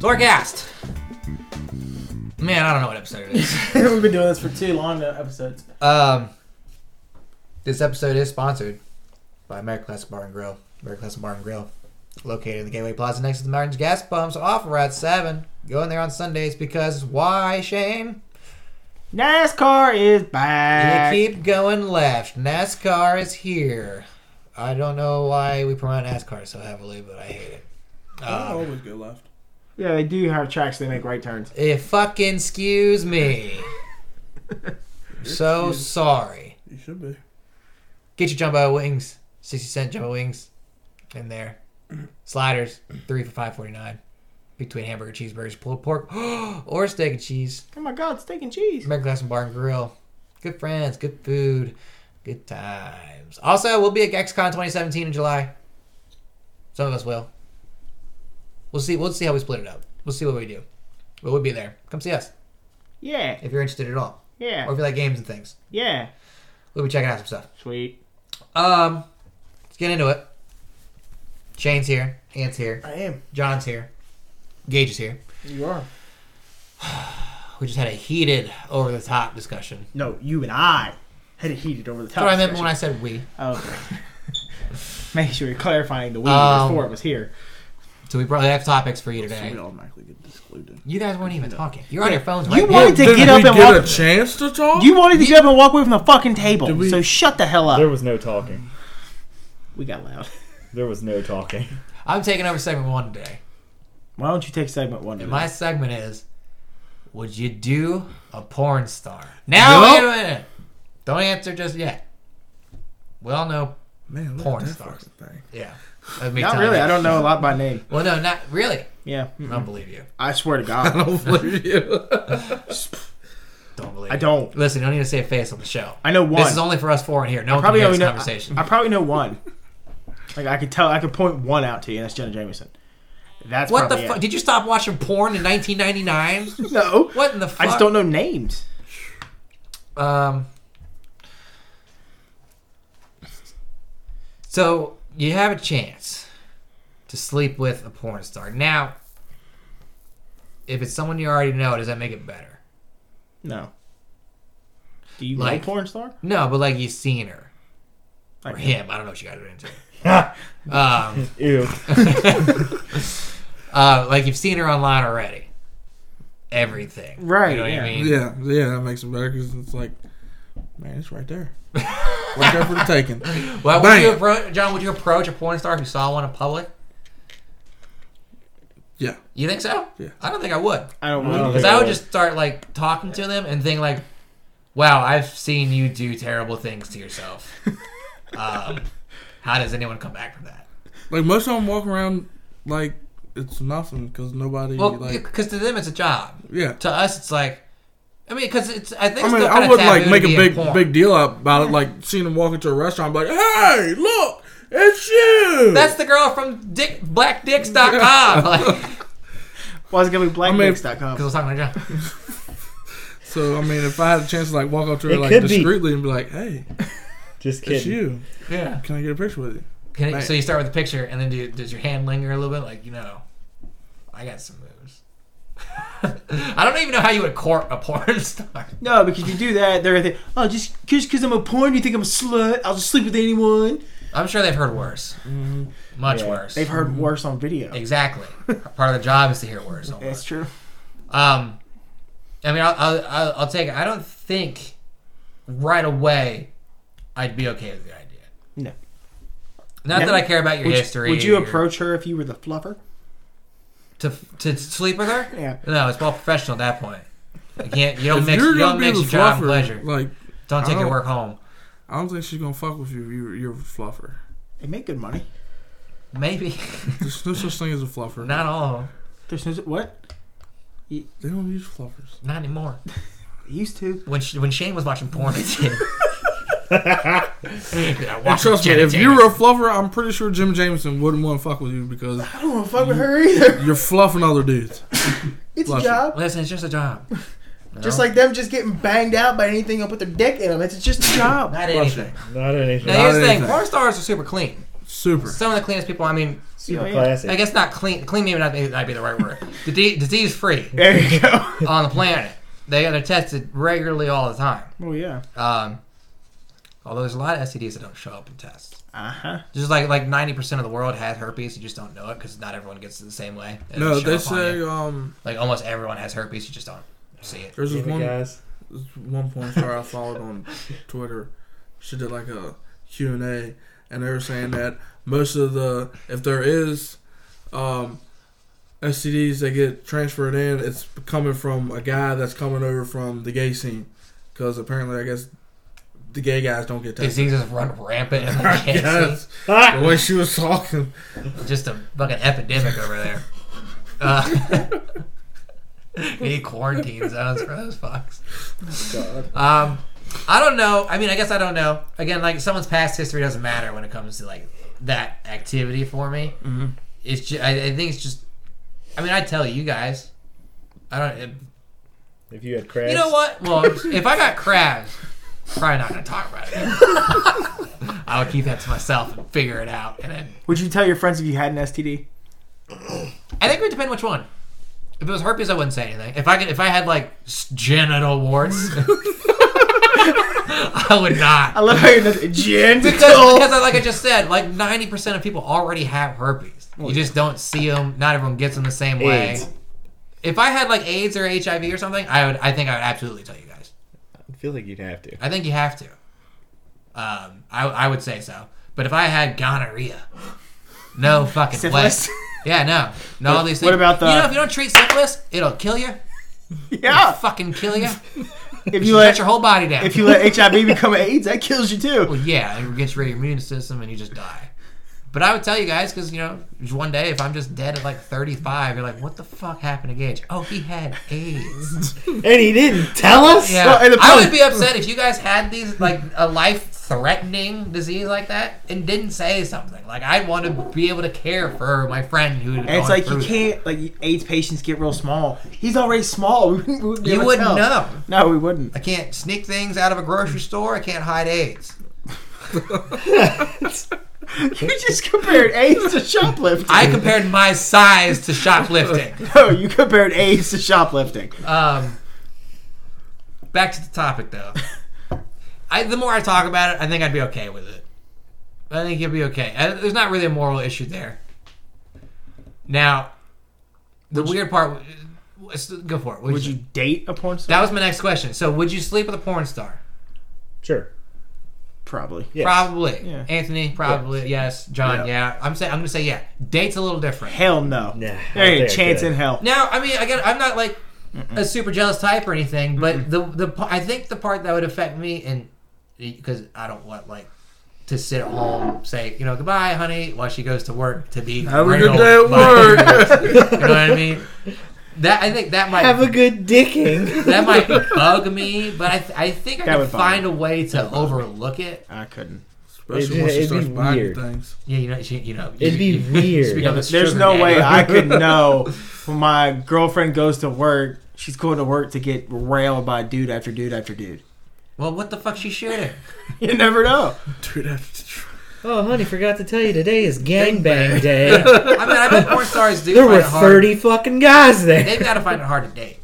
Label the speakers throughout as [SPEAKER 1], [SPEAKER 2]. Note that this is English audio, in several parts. [SPEAKER 1] Torcast. Man, I don't know what episode it is.
[SPEAKER 2] We've been doing this for too long uh, episodes.
[SPEAKER 1] um, this episode is sponsored by American Classic Bar and Grill. American Classic Bar and Grill, located in the Gateway Plaza next to the Mountains Gas Pumps, off Route Seven. Go in there on Sundays because why, Shane?
[SPEAKER 2] NASCAR is
[SPEAKER 1] You
[SPEAKER 2] back.
[SPEAKER 1] keep going left. NASCAR is here. I don't know why we promote NASCAR so heavily, but I hate it.
[SPEAKER 3] I
[SPEAKER 1] Um,
[SPEAKER 3] always go left.
[SPEAKER 2] yeah, they do have tracks. They make right turns.
[SPEAKER 1] It fucking skews me. so sorry.
[SPEAKER 3] You should be.
[SPEAKER 1] Get your jumbo wings, sixty cent jumbo wings, in there. Sliders, three for five forty nine, between hamburger, cheeseburgers, pulled pork, or steak and cheese.
[SPEAKER 2] Oh my God, steak and cheese.
[SPEAKER 1] American Glass and Bar and Grill. Good friends, good food, good times. Also, we'll be at XCon 2017 in July. Some of us will. We'll see. We'll see how we split it up. We'll see what we do. But we'll be there. Come see us
[SPEAKER 2] Yeah,
[SPEAKER 1] if you're interested at all. or
[SPEAKER 2] yeah,
[SPEAKER 1] if you like games and things.
[SPEAKER 2] yeah.
[SPEAKER 1] We'll be checking out some stuff.
[SPEAKER 2] Sweet.
[SPEAKER 1] Um, let's get into it. Shane's here. Ant's here.
[SPEAKER 2] I am.
[SPEAKER 1] John's here. Gage is here.
[SPEAKER 2] You are.
[SPEAKER 1] We just had a heated, over the top discussion.
[SPEAKER 2] No, you and I had it heated over the
[SPEAKER 1] That's
[SPEAKER 2] top.
[SPEAKER 1] what I meant when I said we.
[SPEAKER 2] Oh, okay. Making sure you're clarifying the we
[SPEAKER 1] Um,
[SPEAKER 2] before it was here.
[SPEAKER 1] So we probably have topics for you
[SPEAKER 3] So
[SPEAKER 1] today.
[SPEAKER 3] we automatically get excluded.
[SPEAKER 1] You guys weren't even talking. You're on your phones.
[SPEAKER 2] You
[SPEAKER 1] right now.
[SPEAKER 2] wanted to get up and walk.
[SPEAKER 3] chance to talk?
[SPEAKER 2] You wanted to get up and walk away from the fucking table.
[SPEAKER 3] Did we-
[SPEAKER 2] so shut the hell up.
[SPEAKER 4] There was no talking.
[SPEAKER 2] we got loud.
[SPEAKER 4] There was no talking.
[SPEAKER 1] I'm taking over segment one today.
[SPEAKER 2] Why don't you take segment one?
[SPEAKER 1] And my segment is, would you do a porn star? Now wait a minute. Don't answer just yet. We all know.
[SPEAKER 3] Man, look
[SPEAKER 1] Porn
[SPEAKER 3] at that
[SPEAKER 1] stars.
[SPEAKER 3] fucking thing.
[SPEAKER 1] Yeah. Not
[SPEAKER 2] Not really. I don't know a lot by name.
[SPEAKER 1] Well, no, not really.
[SPEAKER 2] Yeah,
[SPEAKER 1] I don't believe you.
[SPEAKER 2] I swear to God,
[SPEAKER 3] I don't believe you.
[SPEAKER 1] Don't believe.
[SPEAKER 2] I
[SPEAKER 1] you.
[SPEAKER 2] don't.
[SPEAKER 1] Listen, you don't need to say a face on the show.
[SPEAKER 2] I know one.
[SPEAKER 1] This is only for us four in here. No one
[SPEAKER 2] probably
[SPEAKER 1] can
[SPEAKER 2] only
[SPEAKER 1] hear this
[SPEAKER 2] know.
[SPEAKER 1] conversation.
[SPEAKER 2] I, I probably know one. Like I could tell. I could point one out to you. and That's Jenna Jameson. That's
[SPEAKER 1] what the
[SPEAKER 2] probably
[SPEAKER 1] fuck?
[SPEAKER 2] it.
[SPEAKER 1] Did you stop watching porn in 1999?
[SPEAKER 2] No,
[SPEAKER 1] what in the fuck?
[SPEAKER 2] I just don't know names.
[SPEAKER 1] Um. So you have a chance to sleep with a porn star. Now, if it's someone you already know, does that make it better?
[SPEAKER 2] No. Do you
[SPEAKER 1] Like-
[SPEAKER 2] like porn star?
[SPEAKER 1] No, but like you've seen her or
[SPEAKER 2] Like,
[SPEAKER 1] him. I don't know what you guys are into. um.
[SPEAKER 4] Ew.
[SPEAKER 1] Uh, like you've seen her online already. Everything.
[SPEAKER 2] Right,
[SPEAKER 1] You know what
[SPEAKER 2] yeah.
[SPEAKER 1] I mean?
[SPEAKER 3] Yeah, yeah, that makes it better because it's like, man, it's right there. right there for the taking.
[SPEAKER 1] Well, would you
[SPEAKER 3] Bam.
[SPEAKER 1] approach, John, would you approach a porn star if you saw one in public?
[SPEAKER 3] Yeah.
[SPEAKER 1] You think so?
[SPEAKER 3] Yeah.
[SPEAKER 1] I don't think I would.
[SPEAKER 2] I don't
[SPEAKER 4] I don't
[SPEAKER 2] know.
[SPEAKER 4] think
[SPEAKER 1] Because I would
[SPEAKER 4] would.
[SPEAKER 1] just start, like, talking to them and think, like, wow, I've seen you do terrible things to yourself. um, how does anyone come back from that?
[SPEAKER 3] Like, most of them walk around like it's nothing because nobody,
[SPEAKER 1] Well,
[SPEAKER 3] like,
[SPEAKER 1] because to them it's a job.
[SPEAKER 3] yeah.
[SPEAKER 1] To us, it's like, I mean, because it's, I think
[SPEAKER 3] I
[SPEAKER 1] it's
[SPEAKER 3] mean,
[SPEAKER 1] still
[SPEAKER 3] I
[SPEAKER 1] kinda
[SPEAKER 3] would like
[SPEAKER 1] taboo
[SPEAKER 3] make
[SPEAKER 1] to
[SPEAKER 3] a
[SPEAKER 1] be in
[SPEAKER 3] big,
[SPEAKER 1] porn.
[SPEAKER 3] big deal out about it. Like, seeing them walk into a restaurant, be like, hey, look, it's you.
[SPEAKER 1] That's the girl from Dick, blackdicks.com. Like, because
[SPEAKER 2] Well, it's gonna be
[SPEAKER 3] mean-
[SPEAKER 2] blackdicks.com.
[SPEAKER 1] I was talking to John.
[SPEAKER 3] so, I mean, if I had a chance to, like, walk up to her,
[SPEAKER 4] It
[SPEAKER 3] like,
[SPEAKER 4] could be.
[SPEAKER 3] discreetly and be like, hey,
[SPEAKER 4] Just
[SPEAKER 3] it's
[SPEAKER 4] kidding.
[SPEAKER 3] you.
[SPEAKER 1] Yeah.
[SPEAKER 3] Can I get a picture with you?
[SPEAKER 1] Can it,
[SPEAKER 3] Right.
[SPEAKER 1] so you start with a picture, and then do, does your hand linger a little bit? Like, you know, I got some moves. I don't even know how you would court a porn star.
[SPEAKER 2] No, because you do that, they're like, oh, just because I'm a porn, you think I'm a slut? I'll just sleep with anyone.
[SPEAKER 1] I'm sure they've heard worse. Much
[SPEAKER 4] Yeah.
[SPEAKER 1] worse.
[SPEAKER 2] Mm-hmm. They've heard worse on video.
[SPEAKER 1] Exactly. Part of the job is to hear worse. don't
[SPEAKER 2] That's true.
[SPEAKER 1] Um, I mean, I'll, I'll, I'll, I'll take it. I don't think right away I'd be okay with the idea.
[SPEAKER 2] No.
[SPEAKER 1] Not
[SPEAKER 2] No.
[SPEAKER 1] that I care about your
[SPEAKER 2] Would,
[SPEAKER 1] history.
[SPEAKER 2] would you
[SPEAKER 1] your-
[SPEAKER 2] approach her if you were the fluffer?
[SPEAKER 1] to to sleep with her?
[SPEAKER 2] Yeah.
[SPEAKER 1] No, it's all professional at that point. You can't. You don't
[SPEAKER 3] If
[SPEAKER 1] mix.
[SPEAKER 3] you're
[SPEAKER 1] You don't
[SPEAKER 3] gonna be
[SPEAKER 1] mix
[SPEAKER 3] the
[SPEAKER 1] your job and
[SPEAKER 3] fluffer, oh.
[SPEAKER 1] pleasure.
[SPEAKER 3] Like,
[SPEAKER 1] Don't take
[SPEAKER 3] I
[SPEAKER 1] your
[SPEAKER 3] don't-
[SPEAKER 1] work home.
[SPEAKER 3] I don't think she's gonna fuck with you. if You, you're a fluffer.
[SPEAKER 2] They make good money.
[SPEAKER 1] Maybe
[SPEAKER 3] There's no such thing as a fluffer.
[SPEAKER 1] not all. of 'em.
[SPEAKER 2] There's no what
[SPEAKER 3] They don't use fluffers.
[SPEAKER 1] Not anymore.
[SPEAKER 2] They used to.
[SPEAKER 1] When she, when Shane was watching porn, it did. I
[SPEAKER 3] And
[SPEAKER 1] watched
[SPEAKER 3] trust me,
[SPEAKER 1] Jenna
[SPEAKER 3] if you
[SPEAKER 1] Jameson.
[SPEAKER 3] were a fluffer, I'm pretty sure Jim Jameson wouldn't want to fuck with you because
[SPEAKER 2] I don't want to fuck with her either.
[SPEAKER 3] you're fluffing other dudes.
[SPEAKER 2] It's
[SPEAKER 3] Fluffer.
[SPEAKER 2] a job.
[SPEAKER 1] listen, it's just a job.
[SPEAKER 2] Just like them just getting banged out by anything they'll put their dick in them. It's just a job.
[SPEAKER 1] Not
[SPEAKER 3] Flushing.
[SPEAKER 1] anything.
[SPEAKER 4] Not anything.
[SPEAKER 1] Now here's the thing:
[SPEAKER 3] anything.
[SPEAKER 1] porn stars are super clean.
[SPEAKER 3] Super.
[SPEAKER 1] Some of the cleanest people. I mean,
[SPEAKER 4] Super
[SPEAKER 2] Yeah.
[SPEAKER 4] classic.
[SPEAKER 1] I guess not clean. Clean maybe not maybe not be the right word. disease free
[SPEAKER 2] There you go.
[SPEAKER 1] on the planet. They are tested regularly all the time.
[SPEAKER 2] oh yeah.
[SPEAKER 1] Um, although there's a lot of STDs that don't show up in tests.
[SPEAKER 2] Uh huh.
[SPEAKER 1] Just like like 90% of the world has herpes, you just don't know it because not everyone gets it the same way. It
[SPEAKER 3] No,
[SPEAKER 1] doesn't show
[SPEAKER 3] they
[SPEAKER 1] up on
[SPEAKER 3] say
[SPEAKER 1] you.
[SPEAKER 3] um
[SPEAKER 1] like almost everyone has herpes, you just don't see it.
[SPEAKER 3] there's
[SPEAKER 4] Damn
[SPEAKER 3] this
[SPEAKER 4] it,
[SPEAKER 3] one
[SPEAKER 4] guys.
[SPEAKER 3] this one porn star I followed on Twitter. She did like a Q and A, and they were saying that most of the if there is um, STDs that get transferred in, it's coming from a guy that's coming over from the gay scene, because apparently I guess the gay guys don't get tested.
[SPEAKER 1] Diseases run rampant and
[SPEAKER 3] I
[SPEAKER 1] like can't
[SPEAKER 3] guess.
[SPEAKER 4] Ah!
[SPEAKER 3] the way she was talking,
[SPEAKER 1] see. Just a fucking epidemic over there. Uh, we need quarantine zones for those fucks.
[SPEAKER 4] God.
[SPEAKER 1] Um, I don't know. I mean, I guess I don't know. Again, like someone's past history doesn't matter when it comes to like that activity for me.
[SPEAKER 3] Mhm.
[SPEAKER 1] It's ju- I, I think it's just. I mean, I tell you guys. I don't. It,
[SPEAKER 4] If you had crabs.
[SPEAKER 1] you know what? Well, if I got crabs, probably not gonna talk about it. I would keep that to myself and figure it out. And then
[SPEAKER 2] Would you tell your friends if you had an STD?
[SPEAKER 1] I think it would depend which one. If it was herpes, I wouldn't say anything. If I could, if I had like s- genital warts, I would not.
[SPEAKER 2] I love how you're not-
[SPEAKER 1] Because,
[SPEAKER 2] genital.
[SPEAKER 1] because I, like I just said, like 90% of people already have herpes. You just don't see them. Not everyone gets them the same way.
[SPEAKER 4] AIDS.
[SPEAKER 1] If I had like AIDS or HIV or something, I would. I think I would absolutely tell you guys.
[SPEAKER 4] I feel like you'd have to.
[SPEAKER 1] I think you have to. Um, I, I would say so. But if I had gonorrhea, no fucking
[SPEAKER 2] Syphilis?
[SPEAKER 1] way. Yeah, no, no. All these things.
[SPEAKER 2] what about the-
[SPEAKER 1] You know, if you don't treat syphilis, it'll kill you.
[SPEAKER 2] yeah.
[SPEAKER 1] Fucking kill you.
[SPEAKER 2] If you
[SPEAKER 1] You let
[SPEAKER 2] let
[SPEAKER 1] your whole body down.
[SPEAKER 2] if you let HIV become AIDS, that kills you too.
[SPEAKER 1] Well, yeah, it gets rid of your immune system and you just die. But I would tell you guys because you know just one day if I'm just dead at like 35, you're like, what the fuck happened to Gage? Oh, he had AIDS.
[SPEAKER 4] And he didn't tell us?
[SPEAKER 1] Yeah,
[SPEAKER 2] Well, and
[SPEAKER 1] I
[SPEAKER 2] the problem-
[SPEAKER 1] would be upset if you guys had these like a life-threatening disease like that and didn't say something. Like I'd want to be able to care for my friend who.
[SPEAKER 2] And it's like you can't like AIDS patients get real small. He's already small. We wouldn't- we wouldn't be
[SPEAKER 1] You
[SPEAKER 2] able to
[SPEAKER 1] wouldn't
[SPEAKER 2] tell.
[SPEAKER 1] know.
[SPEAKER 2] No, we wouldn't.
[SPEAKER 1] I can't sneak things out of a grocery store. I can't hide AIDS.
[SPEAKER 2] You just compared AIDS to shoplifting.
[SPEAKER 1] I compared my size to shoplifting.
[SPEAKER 2] No, you compared AIDS to shoplifting.
[SPEAKER 1] Um, back to the topic though. I the more I talk about it, I think I'd be okay with it. I think you'll be okay. I, there's not really a moral issue there. Now, the weird part. let's Go for it. Would,
[SPEAKER 2] Would
[SPEAKER 1] you,
[SPEAKER 2] you date a porn star?
[SPEAKER 1] That was my next question. So, would you sleep with a porn star?
[SPEAKER 4] Sure.
[SPEAKER 2] Probably.
[SPEAKER 4] Yes.
[SPEAKER 1] Probably.
[SPEAKER 2] Yeah.
[SPEAKER 1] Anthony, probably. Yes. John, yeah. I'm saying I'm gonna say yeah. Date's a little different.
[SPEAKER 2] Hell no.
[SPEAKER 4] Nah, I
[SPEAKER 2] there ain't
[SPEAKER 4] think
[SPEAKER 2] a
[SPEAKER 4] I
[SPEAKER 2] chance
[SPEAKER 4] could.
[SPEAKER 2] in hell.
[SPEAKER 1] Now, I mean, again, I'm not like a super jealous type or anything, but the the pa- I think the part that would affect me and because I don't want like to sit at home say you know goodbye honey while she goes to work to be
[SPEAKER 3] have a good
[SPEAKER 1] riddled
[SPEAKER 3] day at
[SPEAKER 1] by-
[SPEAKER 3] work.
[SPEAKER 1] you know what I mean? That I think that might
[SPEAKER 4] good dicking.
[SPEAKER 1] that might bug me, but I th- I think I
[SPEAKER 2] That
[SPEAKER 1] can
[SPEAKER 2] would bug
[SPEAKER 1] find a way to overlook it.
[SPEAKER 2] I couldn't.
[SPEAKER 3] Especially
[SPEAKER 4] It'd-
[SPEAKER 3] once she
[SPEAKER 4] it'd be
[SPEAKER 3] starts buying you
[SPEAKER 4] weird.
[SPEAKER 3] things.
[SPEAKER 1] Yeah, you know, she, you know,
[SPEAKER 4] It'd be
[SPEAKER 1] you- you-
[SPEAKER 4] weird.
[SPEAKER 1] speak
[SPEAKER 4] Yeah,
[SPEAKER 1] of the
[SPEAKER 2] There's
[SPEAKER 1] sugar
[SPEAKER 2] no
[SPEAKER 1] daddy.
[SPEAKER 2] way I could know when my girlfriend goes to work, she's going to work to get railed by dude after dude after dude.
[SPEAKER 1] Well, what the fuck she shooting?
[SPEAKER 2] You never know.
[SPEAKER 3] Dude, that's
[SPEAKER 4] Oh, honey, forgot to tell you today is gangbang day.
[SPEAKER 1] I mean, I bet porn stars do.
[SPEAKER 4] there
[SPEAKER 1] find
[SPEAKER 4] were
[SPEAKER 1] it hard.
[SPEAKER 4] 30 fucking guys there.
[SPEAKER 1] They've got to find it hard to date.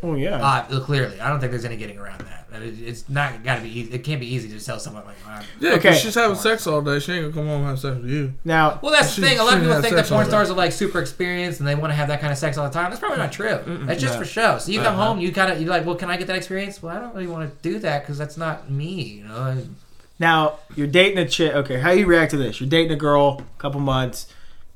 [SPEAKER 2] Oh yeah.
[SPEAKER 1] Uh, well, clearly, I don't think there's any getting around that. That is- It's not got to be easy. It can't be easy to tell someone like. "Well, I'm-"
[SPEAKER 3] yeah. 'cause
[SPEAKER 2] Okay.
[SPEAKER 3] she's having sex all day. She ain't gonna come home and have sex with you.
[SPEAKER 2] now
[SPEAKER 1] Well, that's the
[SPEAKER 3] She-
[SPEAKER 1] thing. A lot
[SPEAKER 3] she
[SPEAKER 1] of people
[SPEAKER 3] had
[SPEAKER 1] think that
[SPEAKER 3] sex
[SPEAKER 1] porn
[SPEAKER 3] already.
[SPEAKER 1] stars are like super experienced and they want to have that kind of sex all the time. That's probably not true. That's just
[SPEAKER 2] No.
[SPEAKER 1] for show. So you come
[SPEAKER 3] Uh-huh.
[SPEAKER 1] home, you kind of you're like, well, can I get that experience? Well, I don't really want to do that because that's not me. You know, And
[SPEAKER 2] now you're dating a chick okay, how you react to this? You're dating a girl, couple months,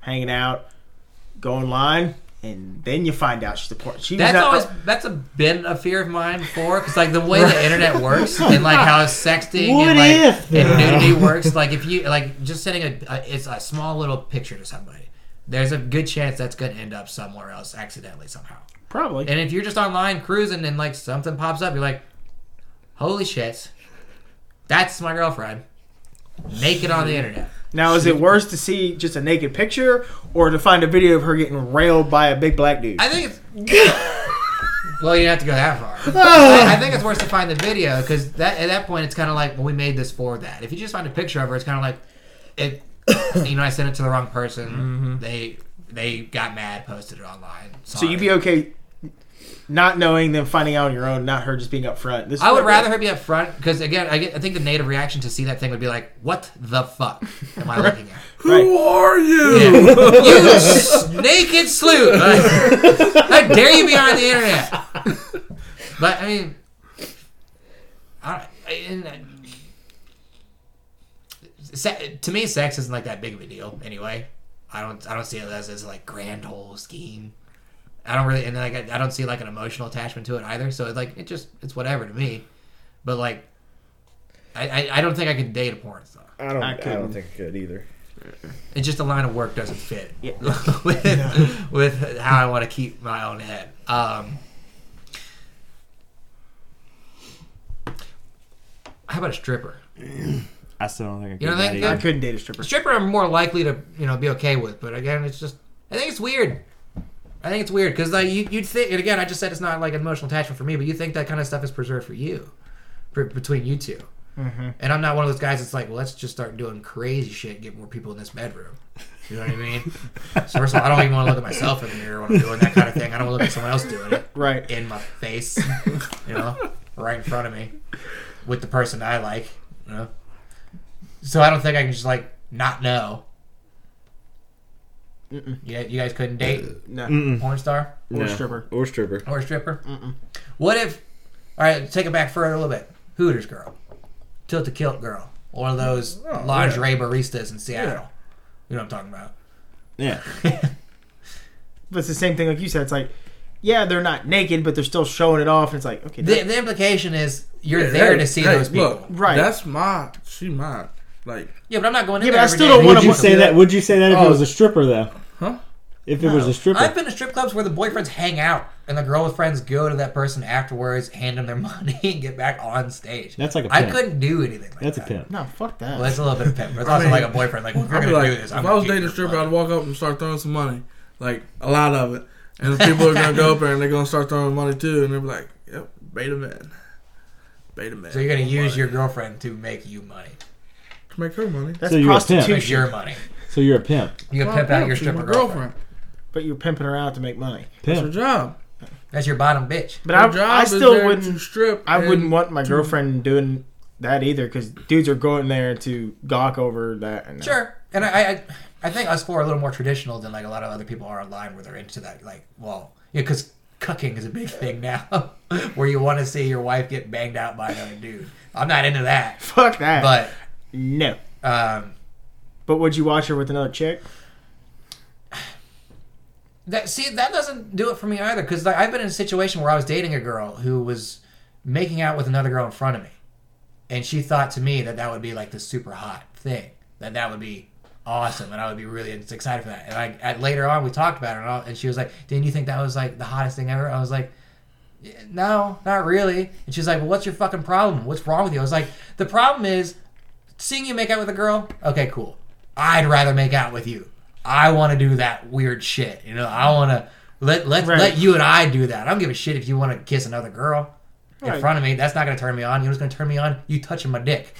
[SPEAKER 2] hanging out, go online, and then you find out she's a porn she was
[SPEAKER 1] that's
[SPEAKER 2] not-
[SPEAKER 1] always that's a been a fear of mine before because like the way the internet works and like how sexting
[SPEAKER 4] What
[SPEAKER 1] and like
[SPEAKER 4] if,
[SPEAKER 1] and
[SPEAKER 4] though?
[SPEAKER 1] nudity works. Like if you like just sending a, a it's a small little picture to somebody. There's a good chance that's going to end up somewhere else accidentally somehow.
[SPEAKER 2] oh, probably.
[SPEAKER 1] And if you're just online cruising and like something pops up, you're like, "Holy shit, that's my girlfriend, naked on the internet."
[SPEAKER 2] Now, is it worse to see just a naked picture or to find a video of her getting railed by a big black dude?
[SPEAKER 1] I think it's Well, you don't have to go that far. I I think it's worse to find the video because that at that point it's kind of like well we made this for that. If you just find a picture of her, it's kind of like it. you know, I sent it to the wrong person. They they got mad, posted it online.
[SPEAKER 2] So you'd be okay not knowing, then finding out on your own, not her just being upfront. This
[SPEAKER 1] I would rather her be up front because again, I, get, I think the native reaction to see that thing would be like, "What the fuck am I looking at?"
[SPEAKER 3] Who are you?
[SPEAKER 1] you s- naked sleuth! Like, how dare you be on the internet? But I mean, I, I, and, uh, se- to me, sex isn't like that big of a deal. Anyway, I don't I don't see it as as like grand whole scheme. I don't really and like I, I don't see like an emotional attachment to it either. So it's like it just it's whatever to me. But like, I I, I don't think I could date a porn star.
[SPEAKER 5] I don't.
[SPEAKER 2] I
[SPEAKER 5] I,
[SPEAKER 2] couldn't.
[SPEAKER 5] don't think I could either.
[SPEAKER 1] It's just the line of work doesn't fit
[SPEAKER 2] Yeah.
[SPEAKER 1] with, with how I want to keep my own head. Um, how about a stripper?
[SPEAKER 5] I still don't think I could.
[SPEAKER 1] You don't think
[SPEAKER 2] I
[SPEAKER 1] that-
[SPEAKER 2] couldn't date a stripper.
[SPEAKER 1] Stripper, I'm more likely to you know be okay with, but again, it's just I think it's weird. I think it's weird because like you, you'd think, and again, I just said it's not like an emotional attachment for me, but you think that kind of stuff is preserved for you, for, between you 2 And I'm not one of those guys that's like, well, let's just start doing crazy shit, get more people in this bedroom. You know what I mean? so first of all, I don't even want to look at myself in the mirror when I'm doing that kind of thing. I don't want to look at someone else doing it
[SPEAKER 2] Right.
[SPEAKER 1] in my face, you know, right in front of me, with the person I like, you know. So I don't think I can just like not know.
[SPEAKER 2] Mm-mm.
[SPEAKER 1] You, you guys couldn't date
[SPEAKER 3] Uh.
[SPEAKER 2] No.
[SPEAKER 1] a porn star
[SPEAKER 2] Or a stripper.
[SPEAKER 5] Or stripper.
[SPEAKER 1] or a stripper.
[SPEAKER 2] Mm-mm.
[SPEAKER 1] What if? All right, take it back further a little bit. Hooters girl, tilt a kilt girl, one of those
[SPEAKER 3] Oh,
[SPEAKER 1] lingerie baristas in Seattle. You know what I'm talking about?
[SPEAKER 5] Yeah.
[SPEAKER 2] But it's the same thing like you said. It's like, yeah, they're not naked, but they're still showing it off. And it's like, okay,
[SPEAKER 1] The,
[SPEAKER 2] that-
[SPEAKER 1] the implication is you're
[SPEAKER 3] Yeah,
[SPEAKER 1] there
[SPEAKER 3] hey,
[SPEAKER 1] to see
[SPEAKER 3] hey,
[SPEAKER 1] those people.
[SPEAKER 3] Look,
[SPEAKER 2] Right.
[SPEAKER 3] That's my. She mine. Like
[SPEAKER 1] yeah, but I'm not going in
[SPEAKER 2] Yeah,
[SPEAKER 1] there.
[SPEAKER 2] but I
[SPEAKER 1] every
[SPEAKER 2] still
[SPEAKER 1] day.
[SPEAKER 2] don't
[SPEAKER 5] Would
[SPEAKER 2] wanna
[SPEAKER 5] you
[SPEAKER 2] want
[SPEAKER 5] say
[SPEAKER 2] to-
[SPEAKER 5] that? Would you say that if
[SPEAKER 3] Oh.
[SPEAKER 5] it was a stripper though?
[SPEAKER 3] Huh?
[SPEAKER 5] If it was a stripper.
[SPEAKER 1] I've been to strip clubs where the boyfriends hang out and the girl with friends go to that person afterwards, hand them their money, and get back on stage.
[SPEAKER 5] That's like a
[SPEAKER 1] I
[SPEAKER 5] pimp.
[SPEAKER 1] couldn't do anything like
[SPEAKER 5] That's a
[SPEAKER 1] that.
[SPEAKER 5] pimp.
[SPEAKER 2] no, fuck that.
[SPEAKER 1] Well, that's a little bit of pimp. but It's
[SPEAKER 3] I
[SPEAKER 1] also
[SPEAKER 3] mean,
[SPEAKER 1] like a boyfriend, like, we're
[SPEAKER 3] I'd
[SPEAKER 1] going
[SPEAKER 3] be
[SPEAKER 1] to
[SPEAKER 3] like,
[SPEAKER 1] do this.
[SPEAKER 3] if
[SPEAKER 1] I'm
[SPEAKER 3] I was
[SPEAKER 1] gonna
[SPEAKER 3] dating a
[SPEAKER 1] get your
[SPEAKER 3] stripper, I'd
[SPEAKER 1] money.
[SPEAKER 3] walk up and start throwing some money, like a lot of it. And the people are gonna go up there and they're gonna start throwing money too, and they're like, "Yep, beta man, beta man."
[SPEAKER 1] So you're going to use
[SPEAKER 3] money.
[SPEAKER 1] your girlfriend to make you money.
[SPEAKER 3] to make her money.
[SPEAKER 2] That's
[SPEAKER 5] So you're a pimp.
[SPEAKER 1] Make
[SPEAKER 2] prostitution.
[SPEAKER 1] your money.
[SPEAKER 5] So you're a pimp.
[SPEAKER 1] You
[SPEAKER 3] Well,
[SPEAKER 1] pimp out
[SPEAKER 3] yeah,
[SPEAKER 1] your
[SPEAKER 3] she's my
[SPEAKER 1] stripper girlfriend.
[SPEAKER 2] But you're pimping her out to make money.
[SPEAKER 3] That's her
[SPEAKER 5] Pimp.
[SPEAKER 3] job.
[SPEAKER 1] That's your bottom bitch.
[SPEAKER 2] But
[SPEAKER 3] Her
[SPEAKER 2] I,
[SPEAKER 3] job
[SPEAKER 2] I
[SPEAKER 3] is
[SPEAKER 2] still
[SPEAKER 3] there to
[SPEAKER 2] wouldn't.
[SPEAKER 3] strip.
[SPEAKER 2] I
[SPEAKER 3] and-
[SPEAKER 2] wouldn't want my girlfriend doing that either because dudes are going there to gawk over that. And
[SPEAKER 1] Sure. And I, I, I think us four are a little more traditional than like a lot of other people are online where they're into that. Like, well, yeah, because cucking is a big thing now, where you want to see your wife get banged out by another dude. I'm not into that,
[SPEAKER 2] Fuck that.
[SPEAKER 1] but
[SPEAKER 2] no.
[SPEAKER 1] um,
[SPEAKER 2] But would you watch her with another chick?
[SPEAKER 1] that see that doesn't do it for me either. Because like, I've been in a situation where I was dating a girl who was making out with another girl in front of me, and she thought to me that that would be like the super hot thing, that that would be awesome, and I would be really excited for that. And I, I later on we talked about it, and, all, and she was like, "Didn't you think that was like the hottest thing ever?" I was like. "Yeah, No, not really. And she's like, "Well, what's your fucking problem? What's wrong with you?" I was like, "The problem is seeing you make out with a girl, okay, cool. I'd rather make out with you. I want to do that weird shit. You know, I want to let let
[SPEAKER 2] Right.
[SPEAKER 1] let you and I do that. I don't give a shit if you want to kiss another girl in
[SPEAKER 2] Right.
[SPEAKER 1] front of me. That's not gonna turn me on. You know what's gonna turn me on? You touching my dick.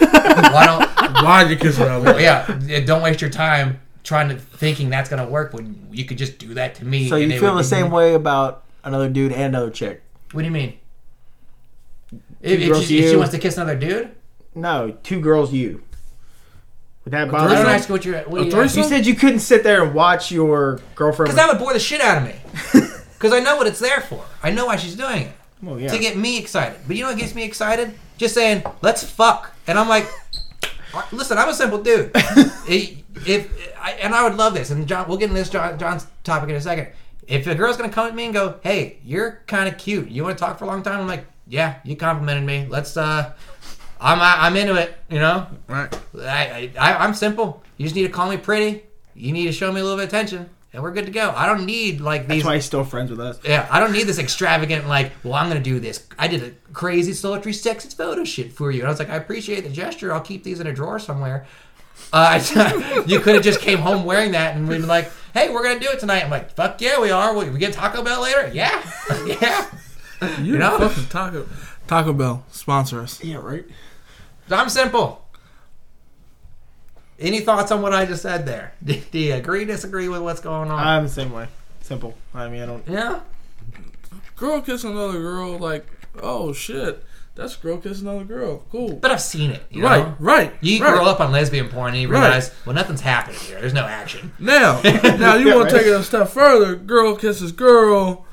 [SPEAKER 1] Why don't?
[SPEAKER 3] Why'd you kiss her? out there?
[SPEAKER 1] Yeah, yeah, don't waste your time trying to thinking that's gonna work when you could just do that to me.
[SPEAKER 2] So
[SPEAKER 1] and
[SPEAKER 2] you
[SPEAKER 1] it
[SPEAKER 2] feel
[SPEAKER 1] would
[SPEAKER 2] the
[SPEAKER 1] be-
[SPEAKER 2] same way about another dude and another chick?
[SPEAKER 1] What do you mean? If,
[SPEAKER 2] Girl
[SPEAKER 1] if,
[SPEAKER 2] to
[SPEAKER 1] she, if she
[SPEAKER 2] you.
[SPEAKER 1] wants to kiss another dude,
[SPEAKER 2] No, two girls, you. Would that
[SPEAKER 1] I
[SPEAKER 2] bother
[SPEAKER 1] don't
[SPEAKER 2] you?
[SPEAKER 1] ask you what you're. What
[SPEAKER 3] A
[SPEAKER 1] you
[SPEAKER 3] threesome?
[SPEAKER 2] You said you couldn't sit there and watch your girlfriend.
[SPEAKER 1] Because that would bore the shit out of me. Because I know what it's there for. I know why she's doing it.
[SPEAKER 2] Well, yeah.
[SPEAKER 1] To get me excited. But you know what gets me excited? Just saying, let's fuck. And I'm like, "Uh, listen, I'm a simple dude. if, if- I, and I would love this. And John, we'll get into this John, John's topic in a second. If a girl's going to come at me and go, hey, you're kind of cute. You want to talk for a long time? I'm like, yeah, you complimented me. Let's, uh, I'm, I, I'm into it, you know?
[SPEAKER 3] Right.
[SPEAKER 1] I, I, I'm simple. You just need to call me pretty. You need to show me a little bit of attention, and we're good to go. I don't need like these.
[SPEAKER 2] That's why he's still friends with us.
[SPEAKER 1] yeah, I don't need this extravagant like. Well, I'm gonna do this. I did a crazy sultry sexist photo shit for you, and I was like, I appreciate the gesture. I'll keep these in a drawer somewhere. Uh, you could have just came home wearing that and we'd been like, hey, we're going to do it tonight. I'm like, fuck yeah, we are. We, we get Taco Bell later? Yeah. yeah.
[SPEAKER 3] You
[SPEAKER 1] know?
[SPEAKER 3] know, fucking Taco Taco Bell sponsor us.
[SPEAKER 2] Yeah, right.
[SPEAKER 1] I'm simple. Any thoughts on what I just said there? Do, do you agree, disagree with what's going on?
[SPEAKER 2] I'm the same way. Simple. I mean, I don't.
[SPEAKER 1] yeah.
[SPEAKER 3] Girl kiss another girl, like oh shit, that's girl kiss another girl. Cool.
[SPEAKER 1] But I've seen it. You
[SPEAKER 3] right,
[SPEAKER 1] Know?
[SPEAKER 3] right.
[SPEAKER 1] You
[SPEAKER 3] right.
[SPEAKER 1] grow up on lesbian porn and you
[SPEAKER 3] Right.
[SPEAKER 1] realize, well, nothing's happening here. There's no action.
[SPEAKER 3] Now, now you
[SPEAKER 2] Yeah,
[SPEAKER 3] want
[SPEAKER 2] right.
[SPEAKER 3] to take it a step further. Girl kisses girl.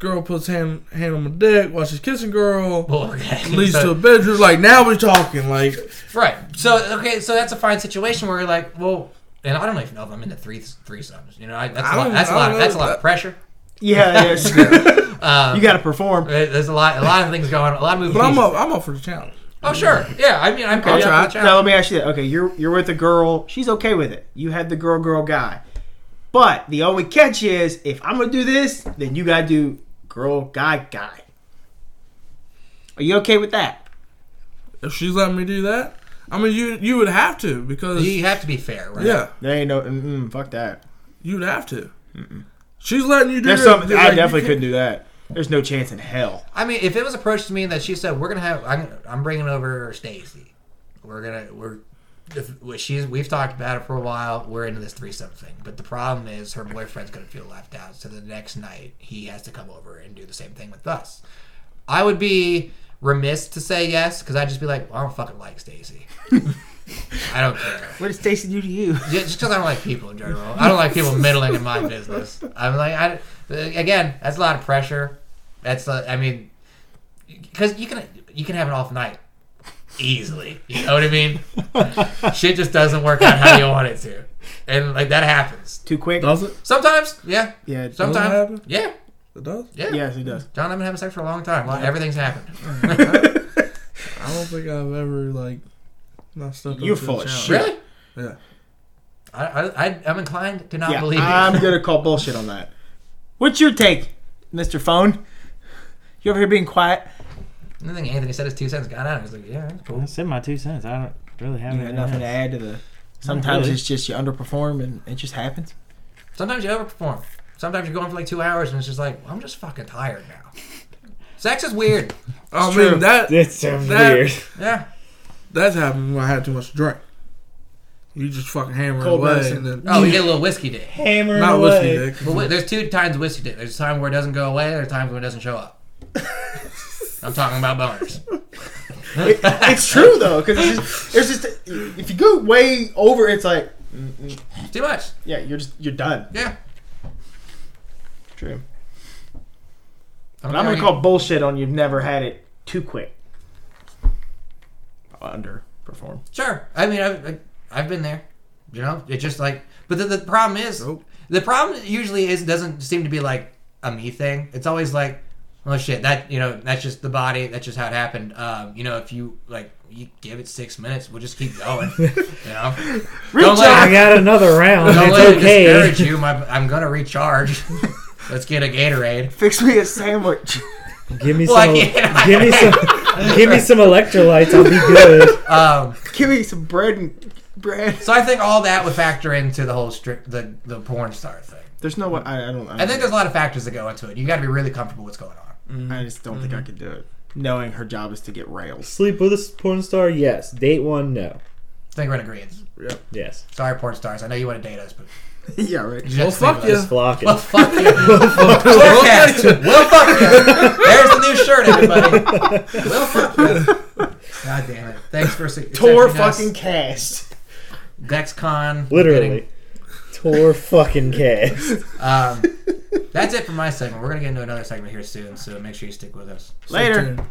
[SPEAKER 3] Girl puts hand hand on my dick while she's kissing girl.
[SPEAKER 1] Well, okay.
[SPEAKER 3] Leads
[SPEAKER 1] So-
[SPEAKER 3] to a bedroom. Like now we're talking. Like
[SPEAKER 1] Right. So okay. So that's a fine situation where you're like, well, and I don't even know if I'm into three threesomes. You know, I, that's,
[SPEAKER 3] I
[SPEAKER 1] a lot,
[SPEAKER 3] don't-
[SPEAKER 1] that's a
[SPEAKER 3] I
[SPEAKER 1] lot.
[SPEAKER 3] don't
[SPEAKER 1] That's a
[SPEAKER 3] know
[SPEAKER 1] lot of
[SPEAKER 3] that-
[SPEAKER 1] pressure.
[SPEAKER 2] Yeah, yeah. sure.
[SPEAKER 1] Um,
[SPEAKER 2] you got to perform.
[SPEAKER 1] right, there's a lot. A lot of things going. on. A lot of moving.
[SPEAKER 3] But I'm
[SPEAKER 1] pieces.
[SPEAKER 3] up. I'm up for the challenge.
[SPEAKER 1] Oh sure. Yeah. I mean, I'm.
[SPEAKER 2] I'll
[SPEAKER 1] I'm up
[SPEAKER 3] try.
[SPEAKER 1] for the
[SPEAKER 2] Now
[SPEAKER 1] challenge.
[SPEAKER 2] let me ask you that. Okay, you're you're with a girl. She's okay with it. You had the girl, girl, guy. But the only catch is, if I'm gonna do this, then you gotta do girl, guy, guy. Are you okay with that?
[SPEAKER 3] If she's letting me do that, I mean you you would have to because
[SPEAKER 1] You have to be fair, right?
[SPEAKER 3] yeah
[SPEAKER 2] There ain't no. Mm-mm, fuck that.
[SPEAKER 3] you'd have to. She's letting you do
[SPEAKER 2] There's
[SPEAKER 3] that.
[SPEAKER 2] some.
[SPEAKER 3] like,
[SPEAKER 2] I
[SPEAKER 3] you
[SPEAKER 2] definitely
[SPEAKER 3] can't-
[SPEAKER 2] couldn't do that. There's no chance in hell.
[SPEAKER 1] I mean, if it was approached to me that she said, "We're gonna have," I'm, I'm bringing over Stacy. We're gonna we're. If, well, she's we've talked about it for a while. We're into this threesome thing, but the problem is her boyfriend's gonna feel left out. So the next night he has to come over and do the same thing with us. I would be remiss to say yes because I'd just be like, well, I don't fucking like Stacy. I don't care.
[SPEAKER 2] What did Stacy do to you?
[SPEAKER 1] Yeah, just because I don't like people in general. I don't like people meddling in my business. I'm like, I, uh, again, that's a lot of pressure. That's, a, I mean, because you can you can have an off night easily. You know what I mean? Shit just doesn't work out how you want it to, and like that happens
[SPEAKER 2] Too quick.
[SPEAKER 3] Does it?
[SPEAKER 1] sometimes. Yeah,
[SPEAKER 2] Yeah. it-
[SPEAKER 3] Does it
[SPEAKER 1] sometimes.
[SPEAKER 3] happen?
[SPEAKER 1] Yeah,
[SPEAKER 3] It does.
[SPEAKER 1] yeah.
[SPEAKER 2] Yes, it does.
[SPEAKER 1] John, I've been having sex for a long time. Well, everything's happened.
[SPEAKER 3] I don't think I've ever like not stuck. up
[SPEAKER 2] You're
[SPEAKER 3] to the
[SPEAKER 2] full of
[SPEAKER 3] challenge.
[SPEAKER 2] shit.
[SPEAKER 1] Really?
[SPEAKER 3] Yeah.
[SPEAKER 1] I, I, I I'm inclined to not
[SPEAKER 2] yeah,
[SPEAKER 1] believe you.
[SPEAKER 2] I'm gonna call bullshit on that. What's your take, Mister Phone? You over here being quiet?
[SPEAKER 1] I don't think Anthony said his two cents got out. He was like, yeah, that's cool.
[SPEAKER 5] I said my two cents. I don't really have
[SPEAKER 2] You got
[SPEAKER 5] anything
[SPEAKER 2] nothing to
[SPEAKER 5] else.
[SPEAKER 2] add to the. Sometimes
[SPEAKER 5] really.
[SPEAKER 2] it's just you underperform and it just happens.
[SPEAKER 1] Sometimes you overperform. Sometimes you're going for like two hours and it's just like, I'm just fucking tired now. Sex is weird.
[SPEAKER 3] I
[SPEAKER 2] It's
[SPEAKER 3] mean
[SPEAKER 2] true.
[SPEAKER 3] that
[SPEAKER 5] That's so
[SPEAKER 3] That-
[SPEAKER 5] weird.
[SPEAKER 1] Yeah.
[SPEAKER 3] that's happened when I had too much to drink. You just fucking hammer
[SPEAKER 2] Cold
[SPEAKER 3] away
[SPEAKER 2] medicine.
[SPEAKER 3] and then
[SPEAKER 1] Oh, you get a little whiskey dick.
[SPEAKER 5] Hammering
[SPEAKER 3] not
[SPEAKER 5] away.
[SPEAKER 3] whiskey dick.
[SPEAKER 1] But wait, there's two times whiskey dick. There's a time where it doesn't go away, and there's times when it doesn't show up. I'm talking about boners.
[SPEAKER 2] It- it's true though, because there's just if you go way over, it's like mm, mm,
[SPEAKER 1] Too much.
[SPEAKER 2] yeah, you're just you're done.
[SPEAKER 1] Yeah.
[SPEAKER 2] True.
[SPEAKER 1] I don't
[SPEAKER 2] But I'm
[SPEAKER 1] care
[SPEAKER 2] gonna
[SPEAKER 1] what
[SPEAKER 2] call bullshit on you've never had it too quick. Underperform.
[SPEAKER 1] you- Sure. I mean, I've, I- I've been there. You know, it's just like, but the, the problem is,
[SPEAKER 3] Nope.
[SPEAKER 1] the problem usually is doesn't seem to be like a me thing. It's always like, oh shit, that you know, that's just the body. That's just how it happened. Um, you know, if you like, you give it six minutes, we'll just keep going. you know, don't
[SPEAKER 4] I
[SPEAKER 1] let, it-
[SPEAKER 4] got another round.
[SPEAKER 1] don't let
[SPEAKER 4] it's
[SPEAKER 1] it
[SPEAKER 4] okay.
[SPEAKER 1] discourage you. My, I'm gonna recharge. Let's get a Gatorade.
[SPEAKER 2] Fix me a sandwich.
[SPEAKER 4] Give me
[SPEAKER 1] Well, I
[SPEAKER 4] some.
[SPEAKER 1] can't-
[SPEAKER 4] Give me some. Give me some electrolytes. I'll be good.
[SPEAKER 1] Um,
[SPEAKER 2] Give me some bread and bread.
[SPEAKER 1] so I think all that would factor into the whole stri- the the porn star thing.
[SPEAKER 2] There's no way. I, I don't. I,
[SPEAKER 1] I think there's a lot of factors that go into it. You got to be really comfortable with what's going on.
[SPEAKER 2] I just don't think I could do it. Knowing her job is to get rails.
[SPEAKER 4] Sleep with a s- porn star? Yes. Date one? No.
[SPEAKER 1] I think we're in agreement.
[SPEAKER 4] Yes.
[SPEAKER 1] Sorry, porn stars. I know you want to date us, but
[SPEAKER 2] yeah, right.
[SPEAKER 1] you just
[SPEAKER 3] Well,
[SPEAKER 1] have to sleep
[SPEAKER 3] fuck
[SPEAKER 1] with
[SPEAKER 3] you.
[SPEAKER 1] us.
[SPEAKER 4] Just flocking.
[SPEAKER 1] Well, fuck you. Forecast. Well, fuck you. There's the new shirt, everybody. Well, fuck you. God damn it. Thanks for se-
[SPEAKER 2] Tour
[SPEAKER 1] accepting us.
[SPEAKER 2] fucking cast.
[SPEAKER 1] DexCon.
[SPEAKER 4] Literally. Tore fucking cast.
[SPEAKER 1] Um, that's it for my segment. We're going to get into another segment here soon, so make sure you stick with us.
[SPEAKER 3] Stay
[SPEAKER 2] Later.
[SPEAKER 3] tuned.